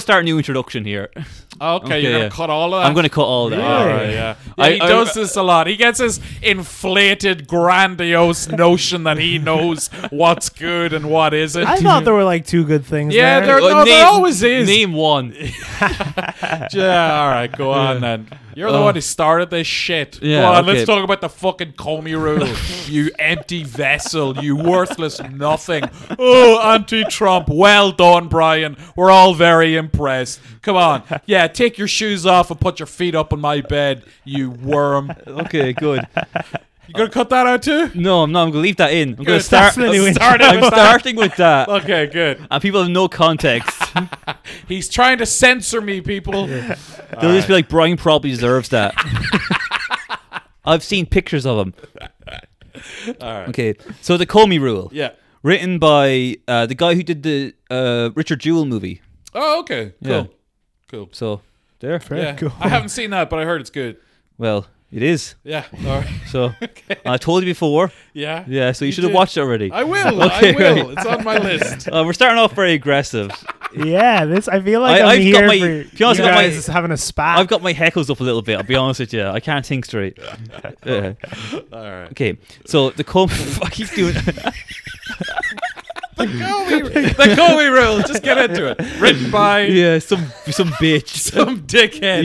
start a new introduction here. Okay, you're Okay, gonna yeah. cut all of that. I'm going to cut all that. All right, yeah. Yeah, I- he I- does this a lot. He gets this inflated, grandiose notion that he knows what's good and what isn't. I thought there were like two good things. Yeah, there- there. no, always is. Name one. yeah, all right, go on then. You're the Oh. one who started this shit. Yeah, go on, let's okay. talk about the fucking Comey rule. you empty vessel, you worthless nothing. Oh, anti-Trump. Well done, Brian. We're all very impressed. Come on, yeah, take your shoes off and put your feet up on my bed, you worm. okay, good. You gonna cut that out too? No, I'm not. I'm going to leave that in. I'm going to Good. start. That's the new Start it I'm with that. starting with that. Okay, good. And people have no context. He's trying to censor me, people. They'll just be like, Brian probably deserves that. I've seen pictures of him. Okay, so the Comey rule, Yeah. written by uh, the guy who did the uh, Richard Jewell movie. Oh, okay. Cool. Yeah. Cool. So there, Yeah. cool. I haven't seen that, but I heard it's good. well, it is. Yeah. All right. So I told you before. Yeah. Yeah, so you, should have did. watched it already. I will. Okay, I will. right. It's on my list. Uh, we're starting off very aggressive. Yeah, this. I feel I- like I, am I've here got my- for to be honest, you I've got my- guys having a Ah. spat. I've got my heckles up a little bit. I'll be honest with you. I can't think straight. Yeah. All right. Okay, so the Comey. I keep doing. The Coley, the Coley rule. Just get into it. Written by yeah, some some bitch. some dickhead.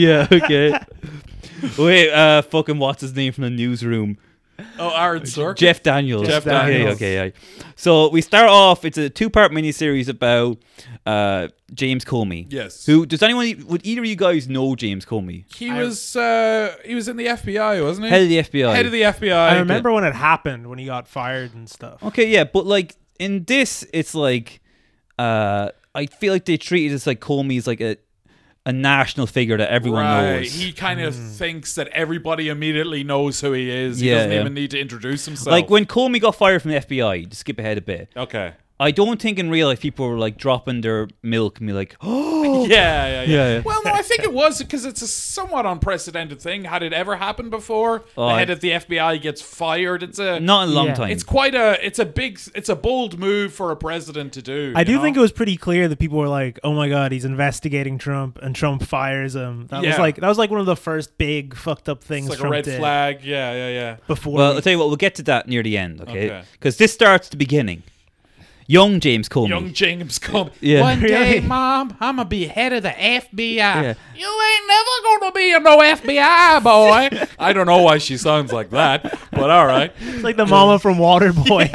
yeah, okay. Wait, uh, fucking what's his name from the newsroom? Oh, Aaron Sorkin. Jeff Daniels. Jeff Okay, Daniels. Okay, yeah. So we start off. It's a two-part miniseries about uh, James Comey. Yes. Who does anyone? Would either of you guys know James Comey? He was. Uh, he was in the FBI, wasn't he? Head of the FBI. Head of the FBI. I remember when it happened when he got fired and stuff. Okay, yeah, but like in this, it's like uh, I feel like they treated as like Comey's like a a national figure that everyone Right. knows. He kind of Hmm. thinks that everybody immediately knows who he is. He Yeah, doesn't yeah. even need to introduce himself. like when Comey got fired from the FBI, to skip ahead a bit. Okay. I don't think in real life people were like dropping their milk and be like, oh, Yeah, yeah, yeah. Yeah, yeah. Well, no, I think it was because it's a somewhat unprecedented thing. Had it ever happened before? Oh, the I- head of the FBI gets fired. It's a not in a long Yeah. time. It's quite a. It's a big. It's a bold move for a president to do. I you do know? think it was pretty clear that people were like, "Oh my god, he's investigating Trump," and Trump fires him. That was Yeah. like that was like one of the first big fucked up things it's like a Trump red did flag. Yeah, yeah, yeah. before. well, we- I'll tell you what, we'll get to that near the end, okay? Okay. Because this starts at the beginning. Young James Comey. Young James come. Yeah. One day, Really? Mom, I'm gonna be head of the FBI. Yeah. You ain't never gonna be a no FBI boy. I don't know why she sounds like that, but all right. it's like the mama from Waterboy.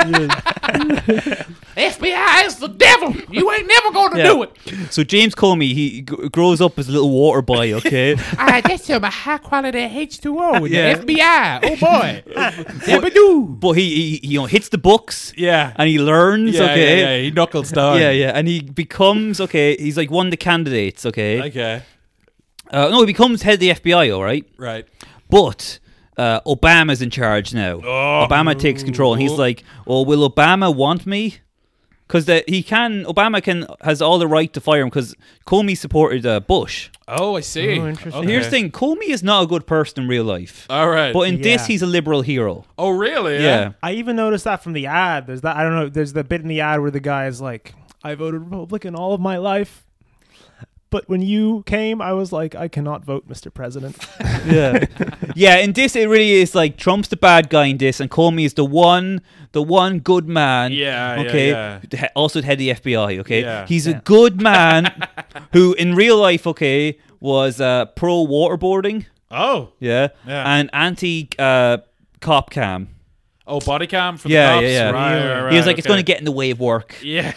FBI is the devil. You ain't never gonna Yeah. do it. So James Comey, he g- grows up as a little water boy, okay? I just am a high quality H2O the Yeah. FBI. Oh boy. do. but he, he, he, you know, hits the books Yeah. and he learns, yeah, okay? yeah, yeah. He knuckles down. Yeah, yeah, and he becomes okay. He's like one of the candidates, okay. Okay. Uh, no, he becomes head of the FBI, all right. Right. But uh, Obama's in charge now. Obama takes control, and he's like, "Oh, will Obama want me?" Because he can, Obama can has all the right to fire him because Comey supported uh, Bush. Oh, I see. Oh, interesting. But Here's the thing: Comey is not a good person in real life, All right. but in this, Yeah. he's a liberal hero. oh, really? Yeah. I even noticed that from the ad. There's that I don't know. There's the bit in the ad where the guy is like, "I voted Republican all of my life." But when you came, I was like, I cannot vote, Mr. President. yeah, yeah. In this, it really is like Trump's the bad guy in this, and Comey is the one, the one good man. Yeah, yeah, Okay. yeah. He- Also, the head of the FBI. Okay. Yeah. He's a good man who, in real life, okay, was uh, pro waterboarding. Oh. Yeah. Yeah. And anti uh, cop cam. Oh, body cam for Yeah, the cops. yeah, yeah. Right, right, right, he was like, it's okay. going to get in the way of work. Yeah.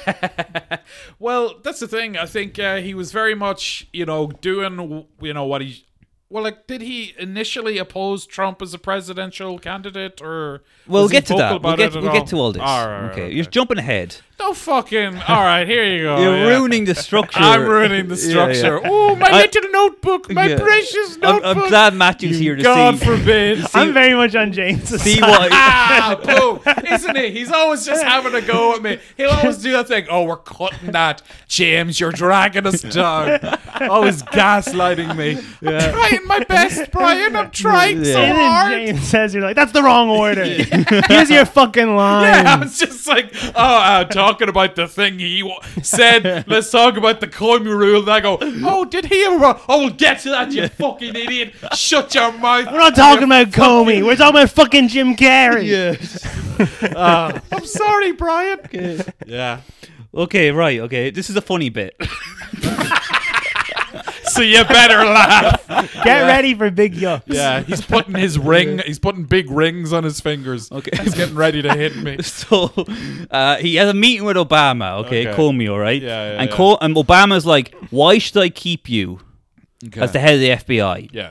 well, that's the thing. I think uh, he was very much, you know, doing, you know, what he. Well, like, did he initially oppose Trump as a presidential candidate, or Well, we'll was he get to vocal that. We'll about get, it at we'll get to all this. All right, okay. okay. You're jumping ahead. No fucking. All right, here you go. You're yeah. ruining the structure. I'm ruining the Yeah, yeah. structure. Oh, my I- little notebook, my Yeah. precious I'm, notebook. I'm glad Matthew's here to God see, forbid. I'm very much on James. see what. ah, boo, isn't he? He's always just having a go at me. He'll always do that thing. Oh, we're cutting that, James. You're dragging us down. Always gaslighting me. I'm trying my best, Brian. I'm trying so And then hard. James says, "You're like, that's the wrong order. Here's your fucking line." Yeah, I was just like, oh, uh, talking about the thing he wa- said. Let's talk about the Comey rule. And I go, oh, did he ever? Oh, we'll get to that, you fucking idiot. Shut your mouth. We're not talking about Comey. We're talking about fucking Jim Carrey. Uh, I'm sorry, Brian. Yeah. Okay, right. Okay, this is a funny bit. So you better laugh. Get ready for big yucks. Yeah, he's putting his ring. He's putting big rings on his fingers. Okay. He's getting ready to hit me. So uh, he has a meeting with Obama. Okay, Okay. Comey, all right. Yeah, yeah, and yeah. Col- and Obama's like, "Why should I keep you Okay. as the head of the FBI?" yeah.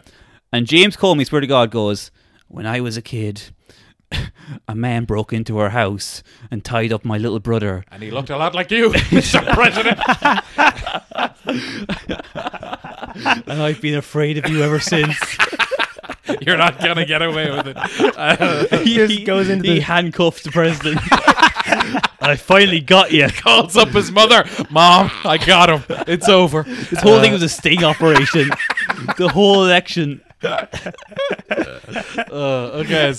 And James Comey, swear to God, goes, When I was a kid, a man broke into our house and tied up my little brother. And he looked a lot like you, Mr. President. And I've been afraid of you ever since. You're not gonna get away with it. he Just goes into he the- handcuffed the president. I finally got you. Calls up his mother, Mom. I got him. It's over. This whole Uh. thing was a sting operation. the whole election. Uh, okay,